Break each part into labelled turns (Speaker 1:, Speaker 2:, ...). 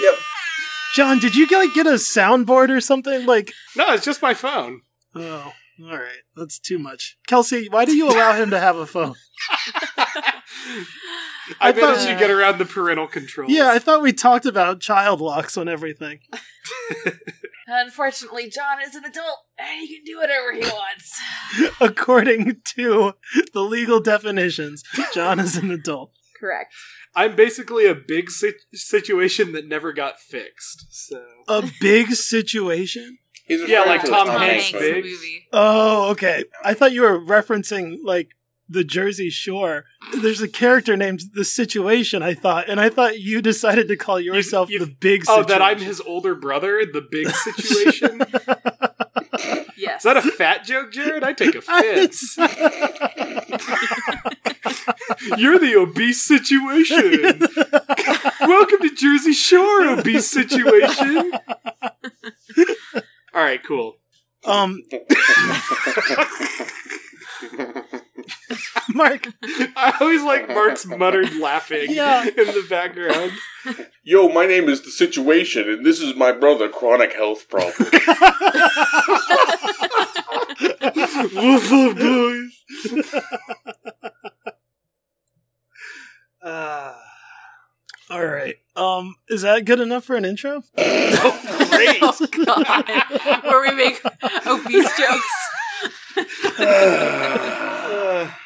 Speaker 1: Yep.
Speaker 2: John, did you like get a soundboard or something? Like,
Speaker 3: No, it's just my phone.
Speaker 2: oh, all right, that's too much. Kelsey, why do you allow him to have a phone?
Speaker 3: I,
Speaker 2: I
Speaker 3: managed
Speaker 2: thought-
Speaker 3: to get around the parental controls.
Speaker 2: Yeah, I thought we talked about child locks on everything.
Speaker 4: Unfortunately, John is an adult and he can do whatever he wants.
Speaker 2: According to the legal definitions, John is an adult.
Speaker 4: Correct.
Speaker 3: I'm basically a big si- situation that never got fixed. So
Speaker 2: A big situation?
Speaker 1: He's
Speaker 3: Yeah,
Speaker 1: referring
Speaker 3: like
Speaker 1: to
Speaker 3: Tom
Speaker 1: as
Speaker 3: Hanks,
Speaker 1: Hanks.
Speaker 3: big.
Speaker 4: movie.
Speaker 2: Oh, okay. I thought you were referencing like the Jersey Shore. There's a character named the Situation. I thought, and I thought you decided to call yourself
Speaker 3: you-
Speaker 2: the Big.
Speaker 3: Oh,
Speaker 2: Situation.
Speaker 3: that I'm his older brother in the big situation? Is
Speaker 4: Yes.
Speaker 3: that a fat joke, Jared? I take offense. You're the obese situation. Welcome to Jersey Shore, obese situation. All right, cool.
Speaker 2: um, Mark.
Speaker 3: I always like Mark's muttered laughing
Speaker 2: Yeah.
Speaker 3: in the background.
Speaker 1: Yo, my name is the situation, and this is my brother, chronic health problem.
Speaker 3: Woof woof, boys. Uh,
Speaker 2: All right. Um, is that good enough for an intro?
Speaker 3: great.
Speaker 4: oh god. Where we make obese jokes.
Speaker 3: Uh,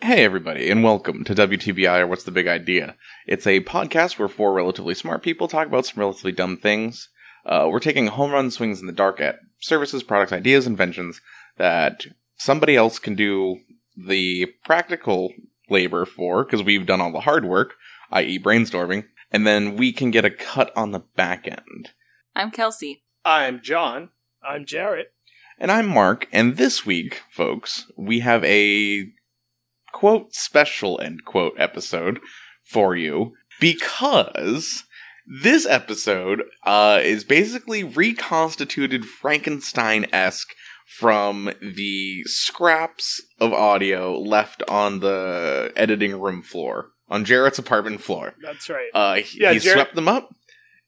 Speaker 5: Hey, everybody, and welcome to WTBI or What's the Big Idea? It's a podcast where four relatively smart people talk about some relatively dumb things. Uh, we're taking home run swings in the dark at services, products, ideas, inventions that somebody else can do the practical labor for because we've done all the hard work, i.e., brainstorming, and then we can get a cut on the back end.
Speaker 4: I'm Kelsey.
Speaker 3: I'm John.
Speaker 2: I'm Jarrett.
Speaker 5: And I'm Mark, and this week, folks, we have a quote special end quote episode for you because this episode uh, is basically reconstituted Frankenstein esque from the scraps of audio left on the editing room floor, on Jarrett's apartment floor.
Speaker 2: That's right.
Speaker 5: Uh, he
Speaker 3: Yeah,
Speaker 5: he
Speaker 3: Jarrett-
Speaker 5: swept them up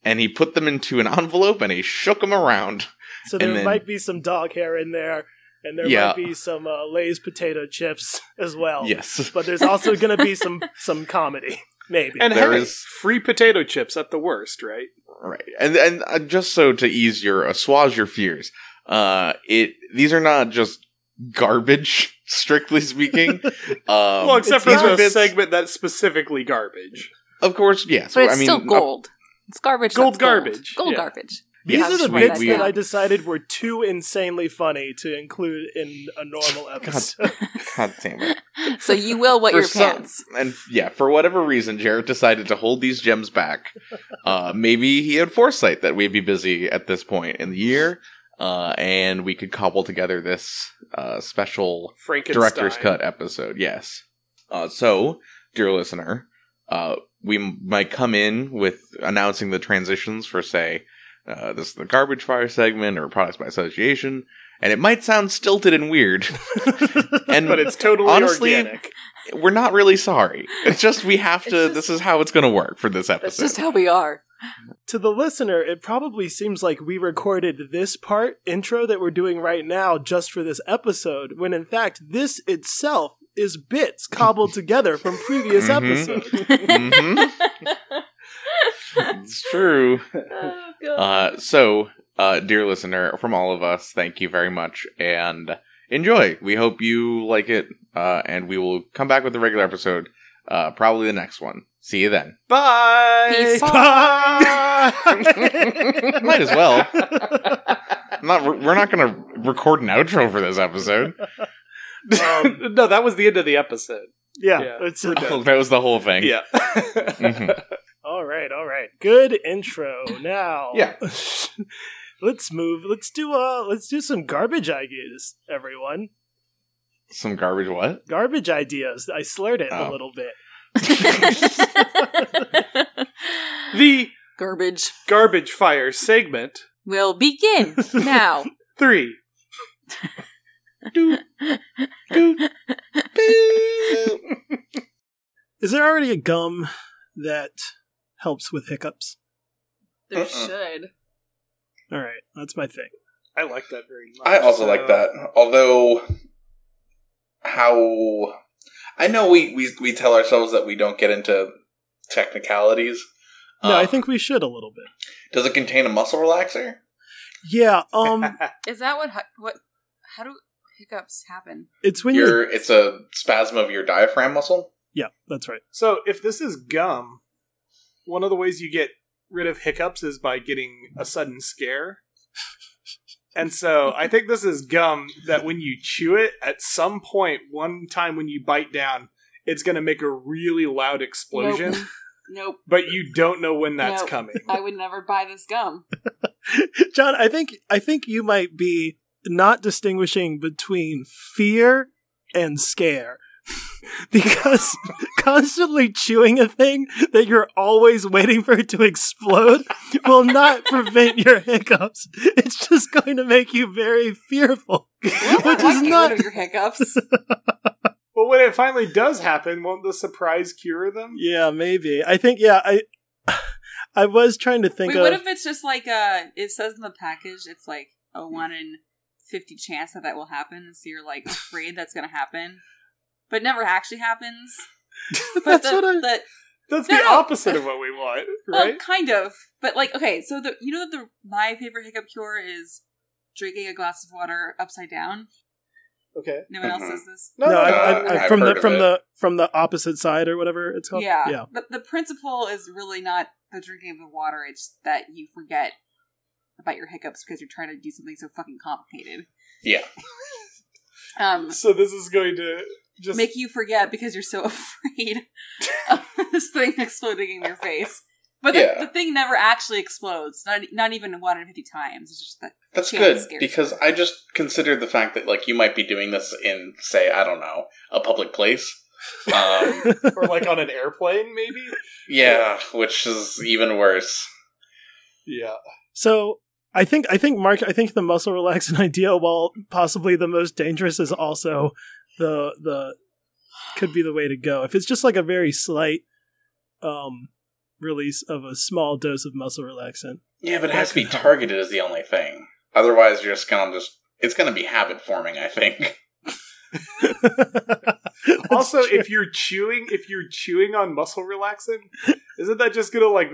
Speaker 5: and he put them into an envelope and he shook them around.
Speaker 2: So
Speaker 5: and
Speaker 2: there
Speaker 5: then-
Speaker 2: might be some dog hair in there, and there
Speaker 5: Yeah.
Speaker 2: might be some uh, Lay's potato chips as well.
Speaker 5: Yes.
Speaker 2: But there's also going to be some some comedy, maybe.
Speaker 3: And
Speaker 5: There
Speaker 3: hey,
Speaker 5: is-
Speaker 3: free potato chips at the worst, right?
Speaker 5: Right, and and uh, just so to ease your assuage your fears, uh, it these are not just garbage, strictly speaking. Um,
Speaker 3: well, except for
Speaker 5: these are
Speaker 3: this
Speaker 5: bits-
Speaker 3: segment that's specifically garbage.
Speaker 5: of course. Yes,
Speaker 4: But it's
Speaker 5: I mean,
Speaker 4: still
Speaker 5: uh,
Speaker 4: gold. it's garbage.
Speaker 3: Gold
Speaker 4: that's
Speaker 3: garbage,
Speaker 4: Gold,
Speaker 3: yeah.
Speaker 4: garbage.
Speaker 2: These
Speaker 5: yes,
Speaker 2: are the
Speaker 5: we-
Speaker 2: bits
Speaker 5: we-
Speaker 2: that I decided were too insanely funny to include in a normal episode.
Speaker 5: oh, God damn it!
Speaker 4: So you will wet
Speaker 5: For
Speaker 4: your
Speaker 5: some-
Speaker 4: pants.
Speaker 5: And yeah, for whatever reason, Jarrett decided to hold these gems back. Uh, maybe he had foresight that we'd be busy at this point in the year, uh, and we could cobble together this uh, special
Speaker 3: Frankenstein.
Speaker 5: director's cut episode. Yes. Uh, so, dear listener, uh, we m- might come in with announcing the transitions for, say, uh, this is the garbage fire segment or products by association, and it might sound stilted and weird, and
Speaker 3: But it's totally
Speaker 5: Honestly,
Speaker 3: organic.
Speaker 5: we're not really sorry. It's just we have to.
Speaker 4: It's just-
Speaker 5: this is how it's going to work for this
Speaker 4: That's
Speaker 5: episode.
Speaker 4: just how we are.
Speaker 2: to the listener, it probably seems like we recorded this part intro that we're doing right now just for this episode, when in fact this itself is bits cobbled together from previous
Speaker 5: Mhm.
Speaker 2: episodes.
Speaker 5: Mhm. it's true.
Speaker 4: Oh, God.
Speaker 5: Uh, so, uh, dear listener, from all of us, thank you very much. And enjoy. We hope you like it, uh, and we will come back with a regular episode, uh, probably the next one. See you then.
Speaker 3: Bye.
Speaker 4: Peace.
Speaker 5: Might as well. I'm not we're not going to record an outro for this episode.
Speaker 3: Um, no, that was the end of the episode.
Speaker 2: Yeah,
Speaker 3: Yeah.
Speaker 2: it's
Speaker 5: Oh, that was the whole thing.
Speaker 3: Yeah.
Speaker 5: Mhm.
Speaker 2: all right, all right. Good intro. Now,
Speaker 5: Yeah.
Speaker 2: let's move. Let's do uh, let's do some garbage ideas, everyone.
Speaker 5: Some garbage. What?
Speaker 2: Garbage ideas. I slurred it
Speaker 5: Oh.
Speaker 2: a little bit.
Speaker 3: the
Speaker 4: Garbage
Speaker 3: garbage fire segment
Speaker 4: will begin now.
Speaker 3: three.
Speaker 5: Doop. Doop. Boop.
Speaker 2: Is there already a gum that helps with hiccups?
Speaker 4: There
Speaker 1: Uh-uh.
Speaker 4: should.
Speaker 2: All right, that's my thing.
Speaker 3: I like that very much.
Speaker 1: I also
Speaker 3: so-
Speaker 1: like that. Although, how I know we, we we tell ourselves that we don't get into technicalities.
Speaker 2: No,
Speaker 5: Uh,
Speaker 1: Um,
Speaker 2: I think we should a little bit.
Speaker 1: Does it contain a muscle relaxer?
Speaker 2: Yeah, um,
Speaker 4: Is that what? hu- What? How do hiccups happen?
Speaker 2: it's when you.
Speaker 1: Your it's a spasm of your diaphragm muscle.
Speaker 2: Yeah, that's right.
Speaker 3: so, if this is gum, one of the ways you get rid of hiccups is by getting a sudden scare. And so, I think this is gum that when you chew it, at some point, one time when you bite down, it's going to make a really loud explosion,
Speaker 4: Nope. Nope.
Speaker 3: but you don't know when that's
Speaker 4: Nope.
Speaker 3: coming.
Speaker 4: I would never buy this gum.
Speaker 2: John, I think I think you might be not distinguishing between fear and scare. because constantly chewing a thing that you're always waiting for it to explode will not prevent your hiccups. It's just going to make you very fearful.
Speaker 4: Well,
Speaker 2: Which
Speaker 4: I
Speaker 2: is
Speaker 4: get
Speaker 2: not-
Speaker 4: rid of your hiccups.
Speaker 3: But when it finally does happen, won't the surprise cure them?
Speaker 2: Yeah, maybe. I think yeah, I I was trying to think
Speaker 4: Wait,
Speaker 2: of
Speaker 4: what if it's just like uh it says in the package it's like a one in fifty chance that that will happen, and so you're like afraid that's gonna happen, but it never actually happens. But
Speaker 2: That's
Speaker 4: the,
Speaker 2: what I-
Speaker 4: the-
Speaker 3: That's
Speaker 4: No,
Speaker 3: the
Speaker 4: no.
Speaker 3: opposite of what we want,
Speaker 4: well,
Speaker 3: right?
Speaker 4: kind of, but like okay, so the you know that the my favorite hiccup cure is drinking a glass of water upside down.
Speaker 3: Okay.
Speaker 4: No one
Speaker 1: Mhm.
Speaker 4: else does this.
Speaker 2: No, I've,
Speaker 1: Uh,
Speaker 2: I've, I've,
Speaker 1: I've
Speaker 2: from
Speaker 1: heard
Speaker 2: the
Speaker 1: of
Speaker 2: from
Speaker 1: it.
Speaker 2: the from the opposite side or whatever it's called.
Speaker 4: yeah,
Speaker 2: yeah.
Speaker 4: But the principle is really not the drinking of the water; it's that you forget about your hiccups because you're trying to do something so fucking complicated.
Speaker 1: Yeah.
Speaker 4: Um,
Speaker 3: So this is going to just
Speaker 4: make you forget because you're so afraid of this thing exploding in your face. But the,
Speaker 1: Yeah.
Speaker 4: the thing never actually explodes. Not not even one in fifty times. It's just that
Speaker 1: That's
Speaker 4: Yeah,
Speaker 1: good
Speaker 4: it's scary.
Speaker 1: because I just considered the fact that like you might be doing this in say I don't know a public place. Um,
Speaker 3: or like on an airplane, maybe.
Speaker 1: yeah, which is even worse.
Speaker 3: Yeah.
Speaker 2: So I think I think Mark I think the muscle relaxant idea, while possibly the most dangerous, is also the the could be the way to go. If it's just like a very slight um release of a small dose of muscle relaxant.
Speaker 1: Yeah, but it
Speaker 2: That
Speaker 1: has to be
Speaker 2: could help.
Speaker 1: targeted is the only thing. Otherwise, you're just gonna just it's gonna be habit forming. I think.
Speaker 2: That's
Speaker 3: also,
Speaker 2: true.
Speaker 3: if you're chewing, if you're chewing on muscle relaxant, isn't that just gonna like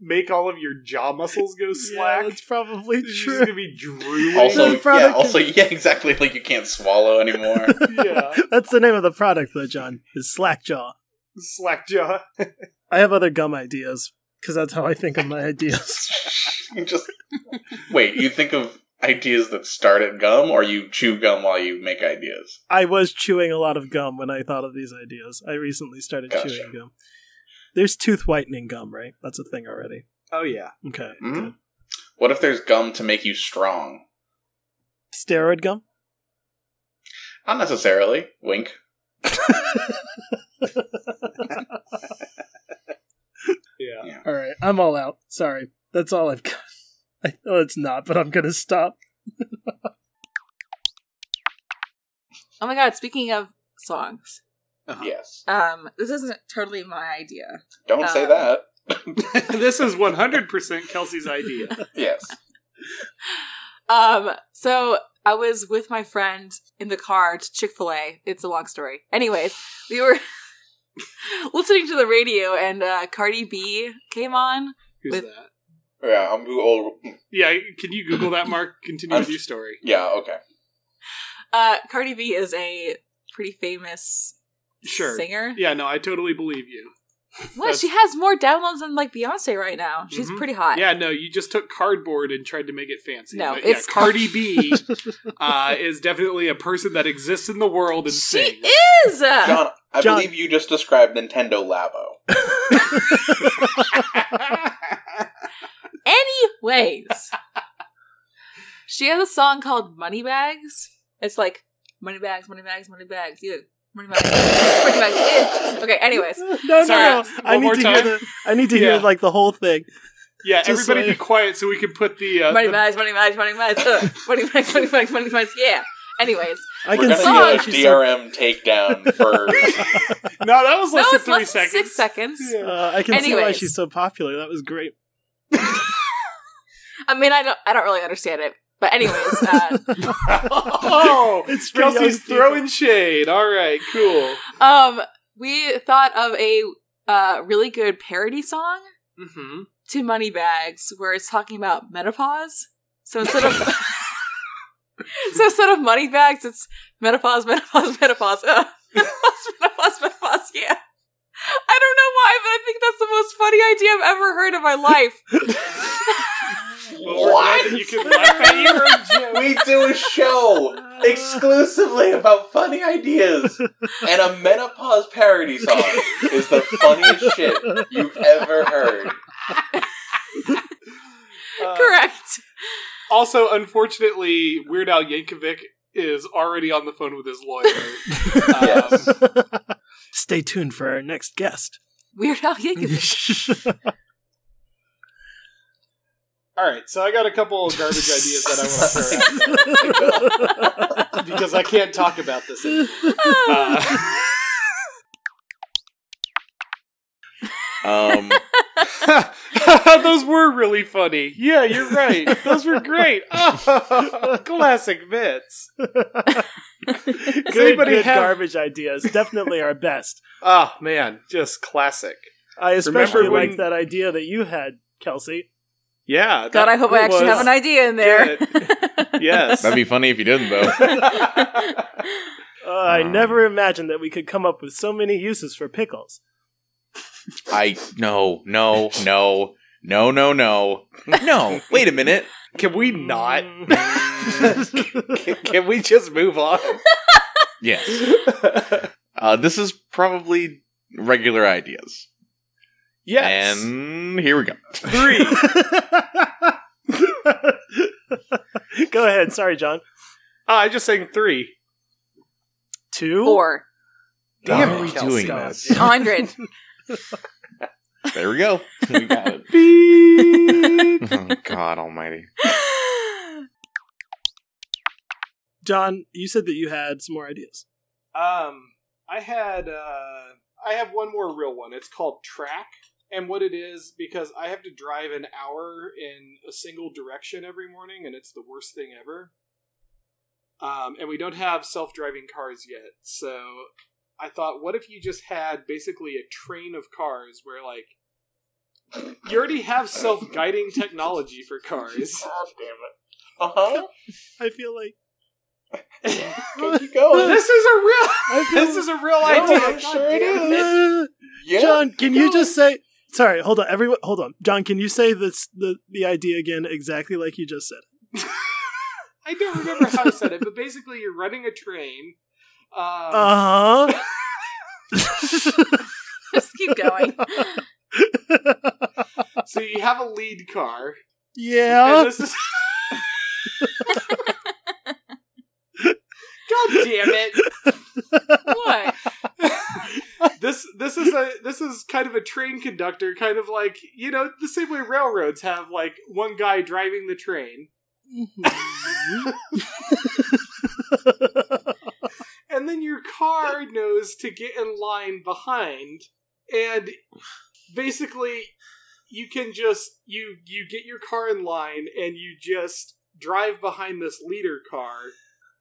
Speaker 3: make all of your jaw muscles go
Speaker 2: yeah,
Speaker 3: slack?
Speaker 2: that's probably
Speaker 3: You're just gonna
Speaker 2: true.
Speaker 3: be drooling.
Speaker 1: Also,
Speaker 2: The product
Speaker 1: yeah, also, yeah, exactly. Like you can't swallow anymore.
Speaker 3: yeah,
Speaker 2: That's the name of the product though, John. Is slackjaw.
Speaker 3: slack jaw.
Speaker 2: I have other gum ideas because that's how I think of my ideas.
Speaker 1: you just wait. You think of ideas that start at gum, or you chew gum while you make ideas.
Speaker 2: I was chewing a lot of gum when I thought of these ideas. I recently started
Speaker 1: Gotcha.
Speaker 2: chewing gum. There's tooth whitening gum, right? That's a thing already.
Speaker 3: Oh yeah.
Speaker 2: Okay.
Speaker 1: Mhm.
Speaker 2: good.
Speaker 1: What if there's gum to make you strong?
Speaker 2: Steroid gum?
Speaker 1: Not necessarily. Wink.
Speaker 3: Yeah.
Speaker 2: All right. I'm all out. Sorry. That's all I've got. I know it's not, but I'm going to stop.
Speaker 4: oh my god. Speaking of songs,
Speaker 1: Ah. Yes.
Speaker 4: um, this isn't totally my idea.
Speaker 1: Don't say
Speaker 4: Uh,
Speaker 1: that.
Speaker 3: this is 100% Kelsey's idea.
Speaker 1: Yes.
Speaker 4: Um, so I was with my friend in the car to Chick Fil A. It's a long story. Anyways, we were listening to the radio, and uh, Cardi B came on.
Speaker 3: Who's
Speaker 4: With-
Speaker 3: that?
Speaker 1: Yeah, I'm old.
Speaker 3: Yeah, can you Google that, Mark? Continue with your story.
Speaker 1: Yeah, okay.
Speaker 4: Uh, Cardi B is a pretty famous
Speaker 3: Sure.
Speaker 4: singer.
Speaker 3: Yeah, no, I totally believe you.
Speaker 4: What? She has more downloads than like Beyonce right now. She's
Speaker 3: Mhm.
Speaker 4: pretty hot.
Speaker 3: Yeah, no, you just took cardboard and tried to make it fancy.
Speaker 4: No,
Speaker 3: But yeah,
Speaker 4: it's-
Speaker 3: Cardi B uh, is definitely a person that exists in the world and
Speaker 4: she
Speaker 3: sings.
Speaker 4: is. Uh,
Speaker 1: John, I
Speaker 2: John-
Speaker 1: believe you just described Nintendo Labo.
Speaker 4: Anyways, she has a song called Money Bags. It's like money bags, money bags, money bags. You money bags, money bags. ew. Okay. Anyways,
Speaker 2: no, no,
Speaker 3: Sorry,
Speaker 2: no. I
Speaker 3: one
Speaker 2: need
Speaker 3: more
Speaker 2: to hear
Speaker 3: time.
Speaker 2: the. I need to
Speaker 3: Yeah.
Speaker 2: hear like the whole thing.
Speaker 3: Yeah,
Speaker 2: Just
Speaker 3: everybody
Speaker 2: like-
Speaker 3: be quiet so we can put the, uh,
Speaker 4: money
Speaker 3: the-
Speaker 4: bags, money bags, money bags, ugh. money bags, money bags, money bags. Yeah. Anyways,
Speaker 2: I
Speaker 1: We're
Speaker 2: can
Speaker 1: gonna
Speaker 2: see
Speaker 1: do
Speaker 2: why
Speaker 1: a
Speaker 2: she's so-
Speaker 1: DRM takedown for
Speaker 3: No, that was
Speaker 4: no,
Speaker 3: less than
Speaker 4: it's
Speaker 3: three
Speaker 4: less than
Speaker 3: seconds.
Speaker 4: six seconds.
Speaker 3: Yeah.
Speaker 2: Uh, I can see why
Speaker 4: Anyways.
Speaker 2: she's so popular. That was great.
Speaker 4: I mean, I don't, I don't really understand it, but anyways, uh,
Speaker 3: oh,
Speaker 2: It's for
Speaker 3: Kelsey's
Speaker 2: young people.
Speaker 3: throwing shade. All right, cool.
Speaker 4: um, we thought of a uh, really good parody song
Speaker 3: hmm
Speaker 4: to Money Bags, where it's talking about menopause. So instead of so instead of money bags, it's menopause, menopause, menopause, uh, menopause, menopause, menopause. Yeah, I don't know why, but I think that's the most funny idea I've ever heard in my life.
Speaker 1: what?
Speaker 3: You can laugh at your own joke.
Speaker 1: We do a show exclusively about funny ideas, and a menopause parody song is the funniest shit you've ever heard.
Speaker 3: Uh,
Speaker 4: Correct.
Speaker 3: Also, unfortunately, Weird Al Yankovic is already on the phone with his lawyer. Um,
Speaker 1: Yes.
Speaker 2: Stay tuned for our next guest.
Speaker 4: Weird Al Yankovic.
Speaker 3: all right, so I got a couple of garbage ideas that I want to throw out because I can't talk about this anymore. Uh,
Speaker 5: Um,
Speaker 3: those were really funny. Yeah, you're right. Those were great. classic bits.
Speaker 2: Good,
Speaker 3: anybody
Speaker 2: good
Speaker 3: have-
Speaker 2: garbage ideas. Definitely our best.
Speaker 3: Oh man, just classic.
Speaker 2: I especially
Speaker 3: Remember when-
Speaker 2: like that idea that you had, Kelsey.
Speaker 3: Yeah.
Speaker 4: God, I hope I actually have an idea in there.
Speaker 3: idea. Yes.
Speaker 5: that'd be funny if you didn't, though.
Speaker 2: Uh, I
Speaker 3: Ah.
Speaker 5: Um.
Speaker 2: never imagined that we could come up with so many uses for pickles.
Speaker 5: I no no no no no no no. Wait a minute.
Speaker 3: Can we not?
Speaker 2: Mm.
Speaker 3: Can, can we just move on?
Speaker 5: Yes. Uh, this is probably regular ideas.
Speaker 3: yes.
Speaker 5: And here we go.
Speaker 3: Three.
Speaker 2: Go ahead. Sorry, John.
Speaker 3: Oh, I just sang three.
Speaker 2: Two.
Speaker 4: Four
Speaker 5: Why
Speaker 3: Damn it,
Speaker 5: are we
Speaker 3: Kelsey.
Speaker 5: doing
Speaker 2: God
Speaker 5: this?
Speaker 2: damn
Speaker 4: hundred.
Speaker 5: There we go. We got it.
Speaker 3: Beep.
Speaker 5: Oh, God Almighty.
Speaker 2: John, you said that you had some more ideas.
Speaker 3: Um, I had uh, I have one more real one. It's called track, and what it is because I have to drive an hour in a single direction every morning, and it's the worst thing ever. Um, and we don't have self driving cars yet, so I thought, what if you just had basically a train of cars where like. You already have self-guiding technology for cars.
Speaker 1: God damn it. Uh
Speaker 5: Uh-huh.
Speaker 1: huh.
Speaker 2: I feel like
Speaker 1: Keep going.
Speaker 3: This is a real.
Speaker 2: I feel
Speaker 3: This is a real
Speaker 1: No,
Speaker 3: idea.
Speaker 1: I'm sure it is.
Speaker 2: Uh,
Speaker 1: Yeah.
Speaker 2: John, can
Speaker 1: keep
Speaker 2: you
Speaker 1: going.
Speaker 2: just say? Sorry, hold on. Everyone, hold on. John, can you say this the the idea again exactly like you just said?
Speaker 3: I don't remember how I said it, but basically, you're running a train. Um,
Speaker 2: Uh huh.
Speaker 4: Just keep going.
Speaker 3: so you have a lead car.
Speaker 2: yeah.
Speaker 3: And this is. God damn it!
Speaker 4: What?
Speaker 3: This this is a this is kind of a train conductor, kind of like you know the same way railroads have like one guy driving the train, and then your car knows to get in line behind, and basically you can just you you get your car in line and you just drive behind this leader car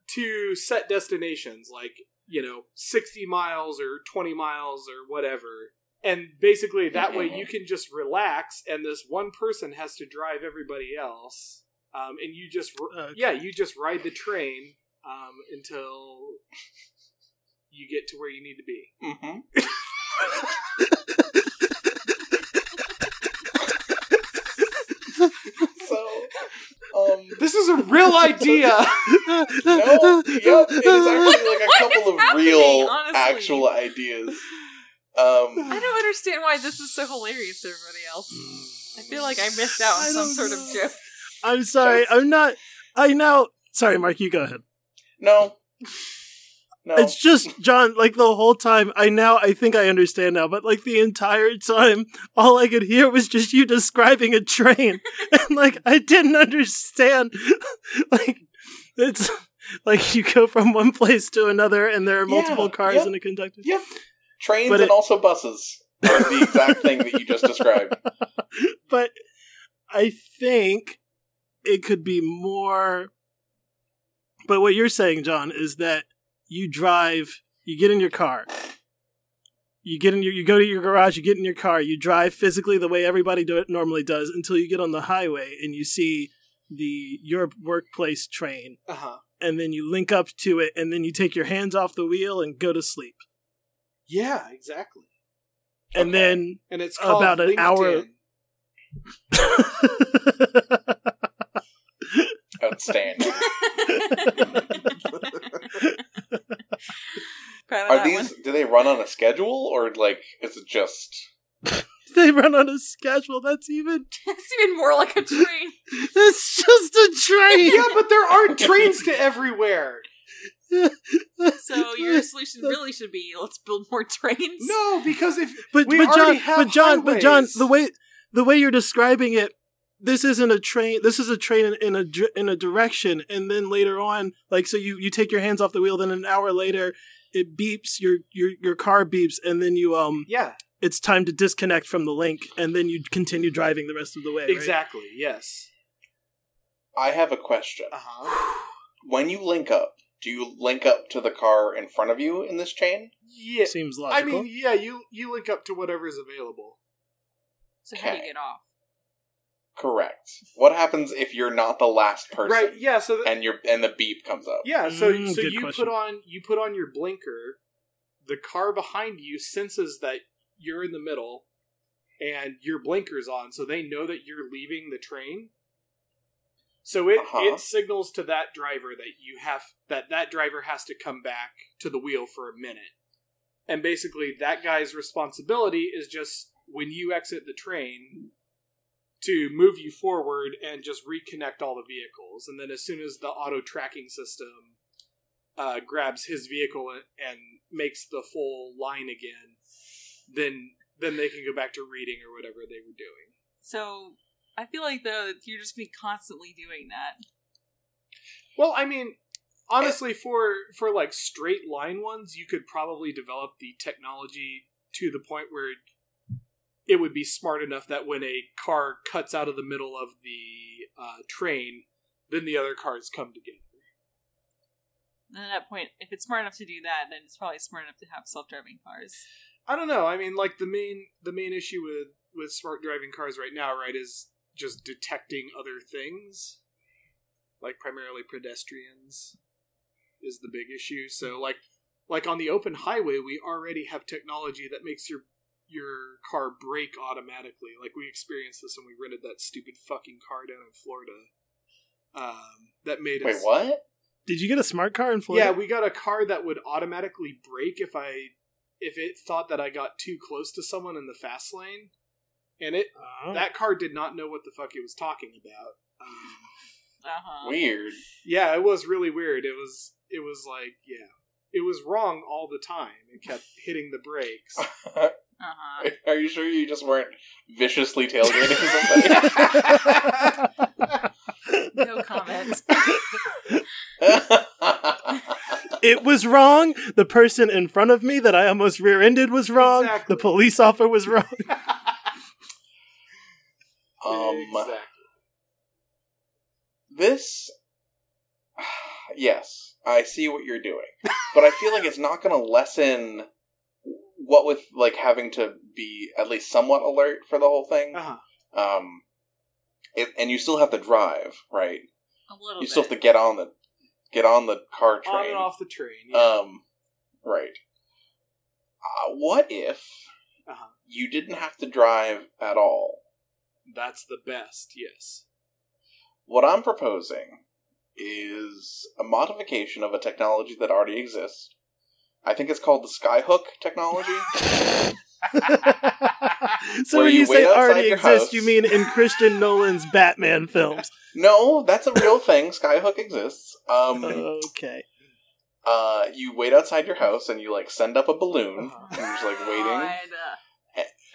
Speaker 3: to set destinations like you know 60 miles or 20 miles or whatever and basically that way you can just relax and this one person has to drive everybody else um, and you just r-
Speaker 2: Okay.
Speaker 3: yeah you just ride the train um, until you get to where you need to be.
Speaker 5: Mm-hmm. so, um,
Speaker 3: This is a real idea.
Speaker 5: no, yep, it is actually like a couple of
Speaker 4: happening,
Speaker 5: real,
Speaker 4: honestly?
Speaker 5: actual ideas. Um,
Speaker 4: I don't understand why this is so hilarious to everybody else. I feel like I missed out on
Speaker 2: I
Speaker 4: some
Speaker 2: don't
Speaker 4: sort of
Speaker 2: know.
Speaker 4: joke.
Speaker 2: I'm sorry. I'm not. I now. Sorry, Mark. You go ahead.
Speaker 5: no, no,
Speaker 2: It's just John. Like the whole time, I now. I think I understand now. But like the entire time, all I could hear was just you describing a train, and like I didn't understand. like it's like you go from one place to another, and there are multiple
Speaker 5: Yeah,
Speaker 2: cars
Speaker 5: yep.
Speaker 2: and a conductor.
Speaker 5: yep. Trains
Speaker 2: But
Speaker 5: and
Speaker 2: it-
Speaker 5: also buses are the exact thing that you just described.
Speaker 2: but I think it could be more. But what you're saying, John, is that you drive, you get in your car, you get in your, you go to your garage, you get in your car, you drive physically the way everybody do normally does until you get on the highway and you see the your workplace train,
Speaker 3: Uh-huh.
Speaker 2: and then you link up to it, and then you take your hands off the wheel and go to sleep,
Speaker 3: Yeah, exactly.
Speaker 5: Okay.
Speaker 2: and then
Speaker 3: And it's called
Speaker 2: About an hour-
Speaker 3: LinkedIn.
Speaker 5: Outstanding.
Speaker 4: Proud of
Speaker 5: Are
Speaker 4: that
Speaker 5: these?
Speaker 4: one.
Speaker 5: Do they run on a schedule or like is it just?
Speaker 2: they run on a schedule. That's even
Speaker 4: It's even more like a train.
Speaker 2: It's just a train.
Speaker 3: Yeah, but there are trains to everywhere.
Speaker 4: So your solution really should be let's build more trains.
Speaker 3: No, because if
Speaker 2: but,
Speaker 3: we
Speaker 2: but John,
Speaker 3: already have
Speaker 2: but John, but John,
Speaker 3: highways.
Speaker 2: the way the way you're describing it, this isn't a train. This is a train in, in a dr- in a direction, and then later on, like so, you you take your hands off the wheel. Then an hour later, it beeps. Your your your car beeps, and then you um,
Speaker 3: yeah,
Speaker 2: it's time to disconnect from the link, and then you continue driving the rest of the way. right?
Speaker 3: exactly. Yes.
Speaker 5: I have a question.
Speaker 3: Uh-huh.
Speaker 5: When you link up, do you link up to the car in front of you in this chain?
Speaker 3: Yeah.
Speaker 2: Seems
Speaker 3: I
Speaker 2: logical.
Speaker 3: mean, yeah, you you link up to whatever is available.
Speaker 4: So how do you
Speaker 5: Okay.
Speaker 4: get off?
Speaker 5: Correct. What happens if you're not the last person?
Speaker 3: Right. Yeah, so th-
Speaker 5: And your and the beep comes up.
Speaker 3: yeah, so
Speaker 2: Mm,
Speaker 3: so
Speaker 2: good
Speaker 3: you
Speaker 2: question.
Speaker 3: put on you put on your blinker. The car behind you senses that you're in the middle and your blinker's on, so they know that you're leaving the train. So it
Speaker 5: Uh-huh.
Speaker 3: it signals to that driver that you have that that driver has to come back to the wheel for a minute. And basically that guy's responsibility is just when you exit the train to move you forward and just reconnect all the vehicles. And then as soon as the auto tracking system uh, grabs his vehicle and, and makes the full line again, then then they can go back to reading or whatever they were doing.
Speaker 4: So I feel like though that you're just be constantly doing that.
Speaker 3: Well, I mean, honestly, for for like straight line ones, you could probably develop the technology to the point where it would be smart enough that when a car cuts out of the middle of the uh, train, then the other cars come together.
Speaker 4: And at that point, if it's smart enough to do that, then it's probably smart enough to have self-driving cars.
Speaker 3: I don't know. I mean, like the main the main issue with with smart driving cars right now, right, is just detecting other things, like primarily pedestrians, is the big issue. So, like, like on the open highway, we already have technology that makes your your car brake automatically. Like we experienced this when we rented that stupid fucking car down in Florida. Um, that made
Speaker 5: Wait,
Speaker 3: us
Speaker 5: what?
Speaker 2: Did you get a smart car in Florida?
Speaker 3: yeah, we got a car that would automatically brake if I if it thought that I got too close to someone in the fast lane, and it
Speaker 2: Oh.
Speaker 3: that car did not know what the fuck it was talking about. Um,
Speaker 4: Uh huh.
Speaker 5: Weird.
Speaker 3: yeah, it was really weird. It was it was like yeah, it was wrong all the time. It kept hitting the brakes.
Speaker 4: Uh huh.
Speaker 5: Are you sure you just weren't viciously tailgating
Speaker 4: No comment.
Speaker 5: somebody?
Speaker 2: It was wrong. The person in front of me that I almost rear-ended was wrong.
Speaker 3: Exactly.
Speaker 2: The police officer was wrong.
Speaker 5: um,
Speaker 3: exactly.
Speaker 5: this yes i see what you're doing but i feel like it's not going to lessen what with like having to be at least somewhat alert for the whole thing
Speaker 3: Uh-huh.
Speaker 5: um it, and you still have to drive right
Speaker 4: A little
Speaker 5: you
Speaker 4: bit.
Speaker 5: still have to get on the
Speaker 1: get on the car train.
Speaker 3: on and off the train. Yeah.
Speaker 1: Um, right. Uh, what if
Speaker 3: Uh-huh.
Speaker 1: you didn't have to drive at all?
Speaker 3: That's the best. Yes.
Speaker 1: What I'm proposing is a modification of a technology that already exists. I think it's called the skyhook technology.
Speaker 2: so
Speaker 1: Where
Speaker 2: when
Speaker 1: you
Speaker 2: you,
Speaker 1: wait
Speaker 2: say
Speaker 1: outside
Speaker 2: already
Speaker 1: your
Speaker 2: exists,
Speaker 1: house.
Speaker 2: you mean in Christian Nolan's Batman films?
Speaker 1: no, that's a real thing. Skyhook exists. Um,
Speaker 2: Okay.
Speaker 1: uh, you wait outside your house and you like send up a balloon. And you're just like waiting,
Speaker 4: God.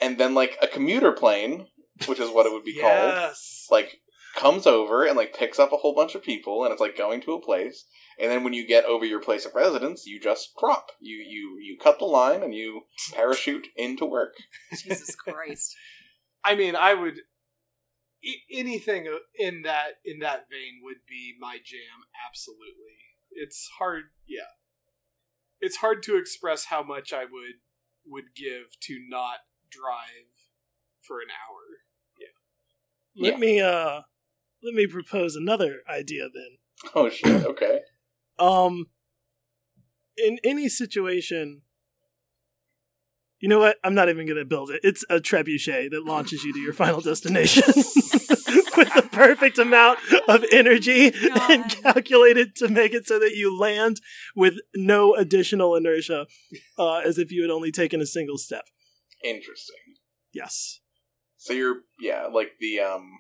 Speaker 1: and then like a commuter plane, which is what it would be called.
Speaker 3: yes.
Speaker 1: like comes over and like picks up a whole bunch of people and it's like going to a place and then when you get over your place of residence you just drop you you you cut the line and you parachute into work
Speaker 4: Jesus Christ.
Speaker 3: I mean, I would i- anything uh, in that in that vein would be my jam. Absolutely, it's hard. Yeah, it's hard to express how much I would would give to not drive for an hour.
Speaker 2: Let
Speaker 1: Yeah.
Speaker 2: me uh, let me propose another idea then.
Speaker 1: oh shit okay
Speaker 2: Um, in any situation, you know what? I'm not even going to build it. It's a trebuchet that launches you to your final destination with the perfect amount of energy and
Speaker 4: God.
Speaker 2: calculated to make it so that you land with no additional inertia, uh, as if you had only taken a single step.
Speaker 1: interesting
Speaker 2: Yes.
Speaker 1: so you're yeah like the um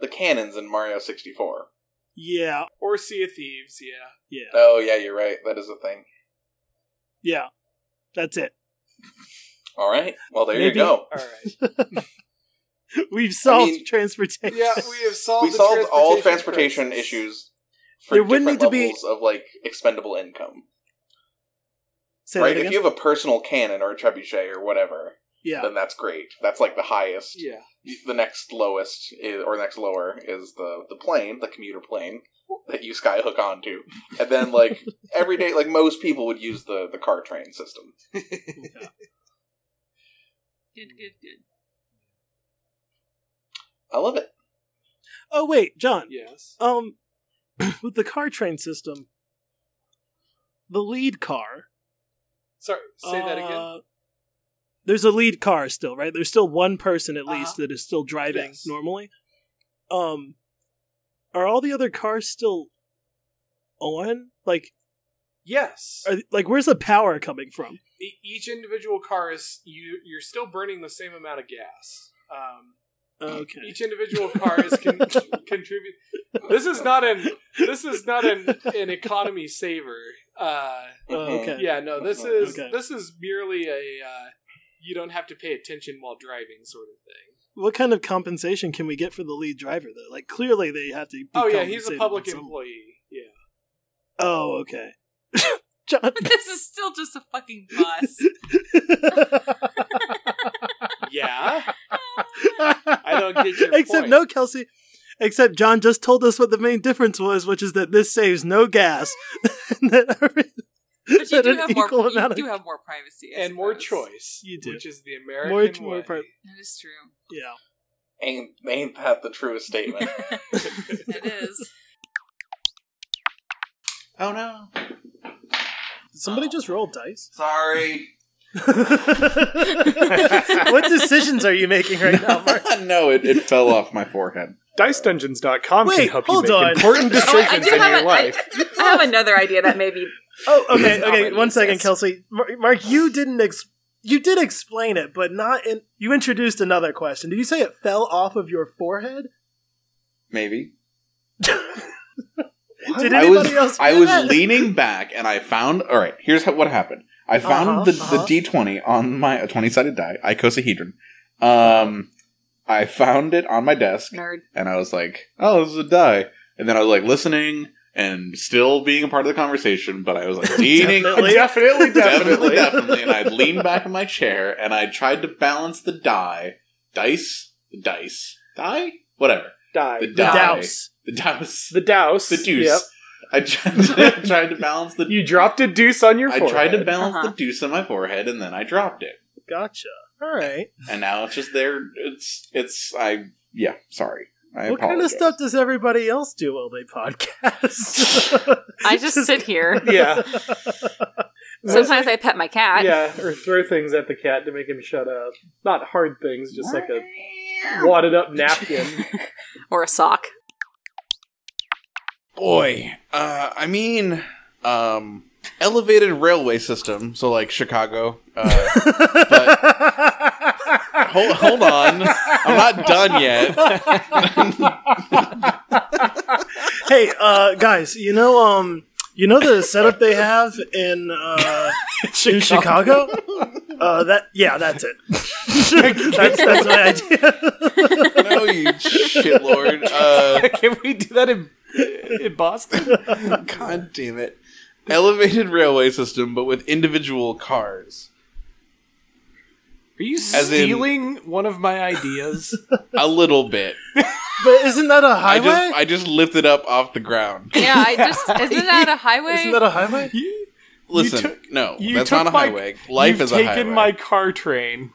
Speaker 1: the cannons in mario 64
Speaker 2: Yeah.
Speaker 3: Or Sea of Thieves. Yeah,
Speaker 2: Yeah.
Speaker 1: oh yeah you're right that is a thing
Speaker 2: Yeah. That's it.
Speaker 1: all right well there
Speaker 2: Maybe-
Speaker 1: you go
Speaker 3: all right.
Speaker 2: We've solved
Speaker 1: mean-
Speaker 2: transportation.
Speaker 3: yeah, we have solved.
Speaker 1: we
Speaker 3: the
Speaker 1: solved all transportation
Speaker 3: crisis.
Speaker 1: issues for
Speaker 2: There would
Speaker 1: different
Speaker 2: need to be-
Speaker 1: levels of like expendable income
Speaker 2: Say
Speaker 1: right
Speaker 2: that
Speaker 1: if
Speaker 2: again.
Speaker 1: you have a personal cannon or a trebuchet or whatever
Speaker 2: yeah.
Speaker 1: then that's great. That's like the highest.
Speaker 3: Yeah,
Speaker 1: The next lowest is, or next lower is the the plane, the commuter plane that you skyhook onto, and then like every day, like most people would use the the car train system.
Speaker 4: Good, good, good.
Speaker 1: I love it.
Speaker 2: Oh, wait, John.
Speaker 3: yes.
Speaker 2: Um, with the car train system, the lead car.
Speaker 3: Sorry, say that again.
Speaker 2: uh, There's a lead car still, right? There's still one person at least
Speaker 4: Uh-huh.
Speaker 2: that is still driving
Speaker 3: Yes.
Speaker 2: normally. Um, are all the other cars still on? Like,
Speaker 3: Yes.
Speaker 2: are, like where's the power coming from?
Speaker 3: E- each individual car is you you're still burning the same amount of gas um
Speaker 2: Okay.
Speaker 3: each individual car is con- contribute this is not an this is not an an economy saver uh
Speaker 1: Mm-hmm.
Speaker 2: Oh, okay.
Speaker 3: yeah no this is
Speaker 2: Okay.
Speaker 3: this is merely a uh you don't have to pay attention while driving sort of thing
Speaker 2: What kind of compensation can we get for the lead driver though? Like, clearly they have to. Be
Speaker 3: oh yeah he's a
Speaker 2: compensated
Speaker 3: public
Speaker 2: in some-
Speaker 3: employee yeah
Speaker 2: Oh, okay. John.
Speaker 4: This is still just a fucking bus.
Speaker 3: yeah
Speaker 2: I
Speaker 3: don't get your
Speaker 2: Except
Speaker 3: point.
Speaker 2: no, Kelsey. Except John just told us what the main difference was, which is that this saves no gas. And that-
Speaker 4: But you
Speaker 2: that
Speaker 4: do
Speaker 2: an
Speaker 4: have more.
Speaker 2: equal
Speaker 4: You
Speaker 2: amount of-
Speaker 4: do have more privacy I
Speaker 3: and more
Speaker 4: suppose.
Speaker 3: choice
Speaker 2: You do.
Speaker 3: which is the american
Speaker 2: More-
Speaker 3: way.
Speaker 2: more pri-
Speaker 4: That is true.
Speaker 2: yeah.
Speaker 1: Ain't ain't that the truest statement?
Speaker 4: It is.
Speaker 1: oh no!
Speaker 2: Did somebody just roll dice?
Speaker 1: Sorry.
Speaker 2: what decisions are you making right now, Mark?
Speaker 5: no, it, it fell off my forehead.
Speaker 3: dicedungeons.com
Speaker 2: Wait, hold on.
Speaker 3: important
Speaker 4: I, do have a- I, I have another idea that maybe.
Speaker 2: Oh, okay,
Speaker 4: Not
Speaker 2: okay.
Speaker 4: what
Speaker 2: One
Speaker 4: it
Speaker 2: second,
Speaker 4: says.
Speaker 2: Kelsey. Mar- Mark, you didn't ex- you did explain it, but not in. You introduced another question. Did you say it fell off of your forehead?
Speaker 5: Maybe.
Speaker 2: Did
Speaker 5: I was,
Speaker 2: anybody else?
Speaker 5: I
Speaker 2: hear
Speaker 5: was
Speaker 2: that?
Speaker 5: leaning back and I found. All right, here's how, what happened. I found
Speaker 2: Uh-huh,
Speaker 5: the,
Speaker 2: uh-huh.
Speaker 5: the d20 on my a 20 sided die, icosahedron. Um, I found it on my desk
Speaker 4: Nerd.
Speaker 5: and I was like, "Oh, this is a die." And then I was like listening and still being a part of the conversation, but I was like leaning
Speaker 2: Definitely.
Speaker 5: definitely,
Speaker 2: Definitely.
Speaker 5: definitely, definitely. And I leaned back in my chair and I tried to balance the die, dice, the dice, die, whatever,
Speaker 3: die
Speaker 5: the
Speaker 2: the
Speaker 5: die,
Speaker 2: douse.
Speaker 5: the douse,
Speaker 3: the douse
Speaker 5: the deuce.
Speaker 3: yep.
Speaker 5: I tried to, tried to balance the.
Speaker 3: You dropped a deuce on your
Speaker 5: I
Speaker 3: forehead.
Speaker 5: tried to balance
Speaker 4: Uh-huh.
Speaker 5: the deuce on my forehead, and then I dropped it,
Speaker 2: Gotcha. All right.
Speaker 5: and now it's just there. It's it's I yeah. Sorry, I
Speaker 2: what kind of
Speaker 5: apologize.
Speaker 2: stuff does everybody else do while they podcast?
Speaker 4: I just sit here.
Speaker 3: Yeah.
Speaker 4: Sometimes I pet my cat.
Speaker 6: Yeah, or throw things at the cat to make him shut up. Not hard things, just like a wadded up napkin.
Speaker 4: Or a sock.
Speaker 5: Boy, uh, I mean, um, elevated railway system. So like Chicago. Uh, hold, hold on, I'm not done yet.
Speaker 2: hey, uh, guys, you know, um, you know the setup they have in uh, in Chicago. Uh, that yeah, that's it. that's, that's my idea.
Speaker 5: No, you shitlord. Uh,
Speaker 3: Can we do that in, in Boston?
Speaker 5: God damn it. Elevated railway system, but with individual cars.
Speaker 3: Are you
Speaker 5: As in-
Speaker 3: stealing one of my ideas?
Speaker 5: A little bit.
Speaker 2: But isn't that a
Speaker 5: I
Speaker 2: highway?
Speaker 5: just I just lifted up off the ground.
Speaker 4: Yeah, I just isn't that a highway?
Speaker 2: isn't that a highway?
Speaker 5: Listen,
Speaker 3: took-
Speaker 5: no,
Speaker 3: you
Speaker 5: that's
Speaker 3: took
Speaker 5: not a
Speaker 3: my-
Speaker 5: highway. Life
Speaker 3: You've
Speaker 5: is a
Speaker 3: taken
Speaker 5: highway.
Speaker 3: my car train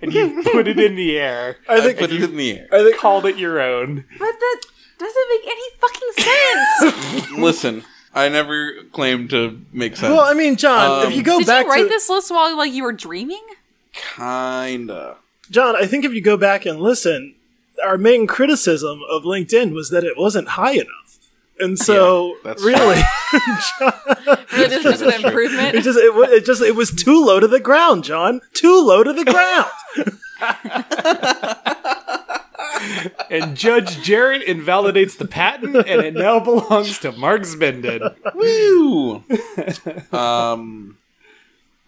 Speaker 3: and you put it in the air.
Speaker 2: I
Speaker 5: I
Speaker 2: think
Speaker 5: put it in the air.
Speaker 2: I think
Speaker 3: Called it your own.
Speaker 4: But that doesn't make any fucking sense.
Speaker 5: Listen, I never claimed to make sense.
Speaker 2: Well, I mean, John,
Speaker 5: Um,
Speaker 2: if you go
Speaker 4: Did
Speaker 2: back
Speaker 4: you write
Speaker 2: to
Speaker 4: this list while like you were dreaming?
Speaker 5: Kinda.
Speaker 2: John, I think if you go back and listen, our main criticism of LinkedIn was that it wasn't high enough. And so,
Speaker 5: that's
Speaker 2: really,
Speaker 4: Or this is an improvement.
Speaker 2: it just it, wa- it just it was too low to the ground, John. Too low to the ground.
Speaker 3: And Judge Jarrett invalidates the patent and it now belongs to Mark Zbenden.
Speaker 5: Woo! um,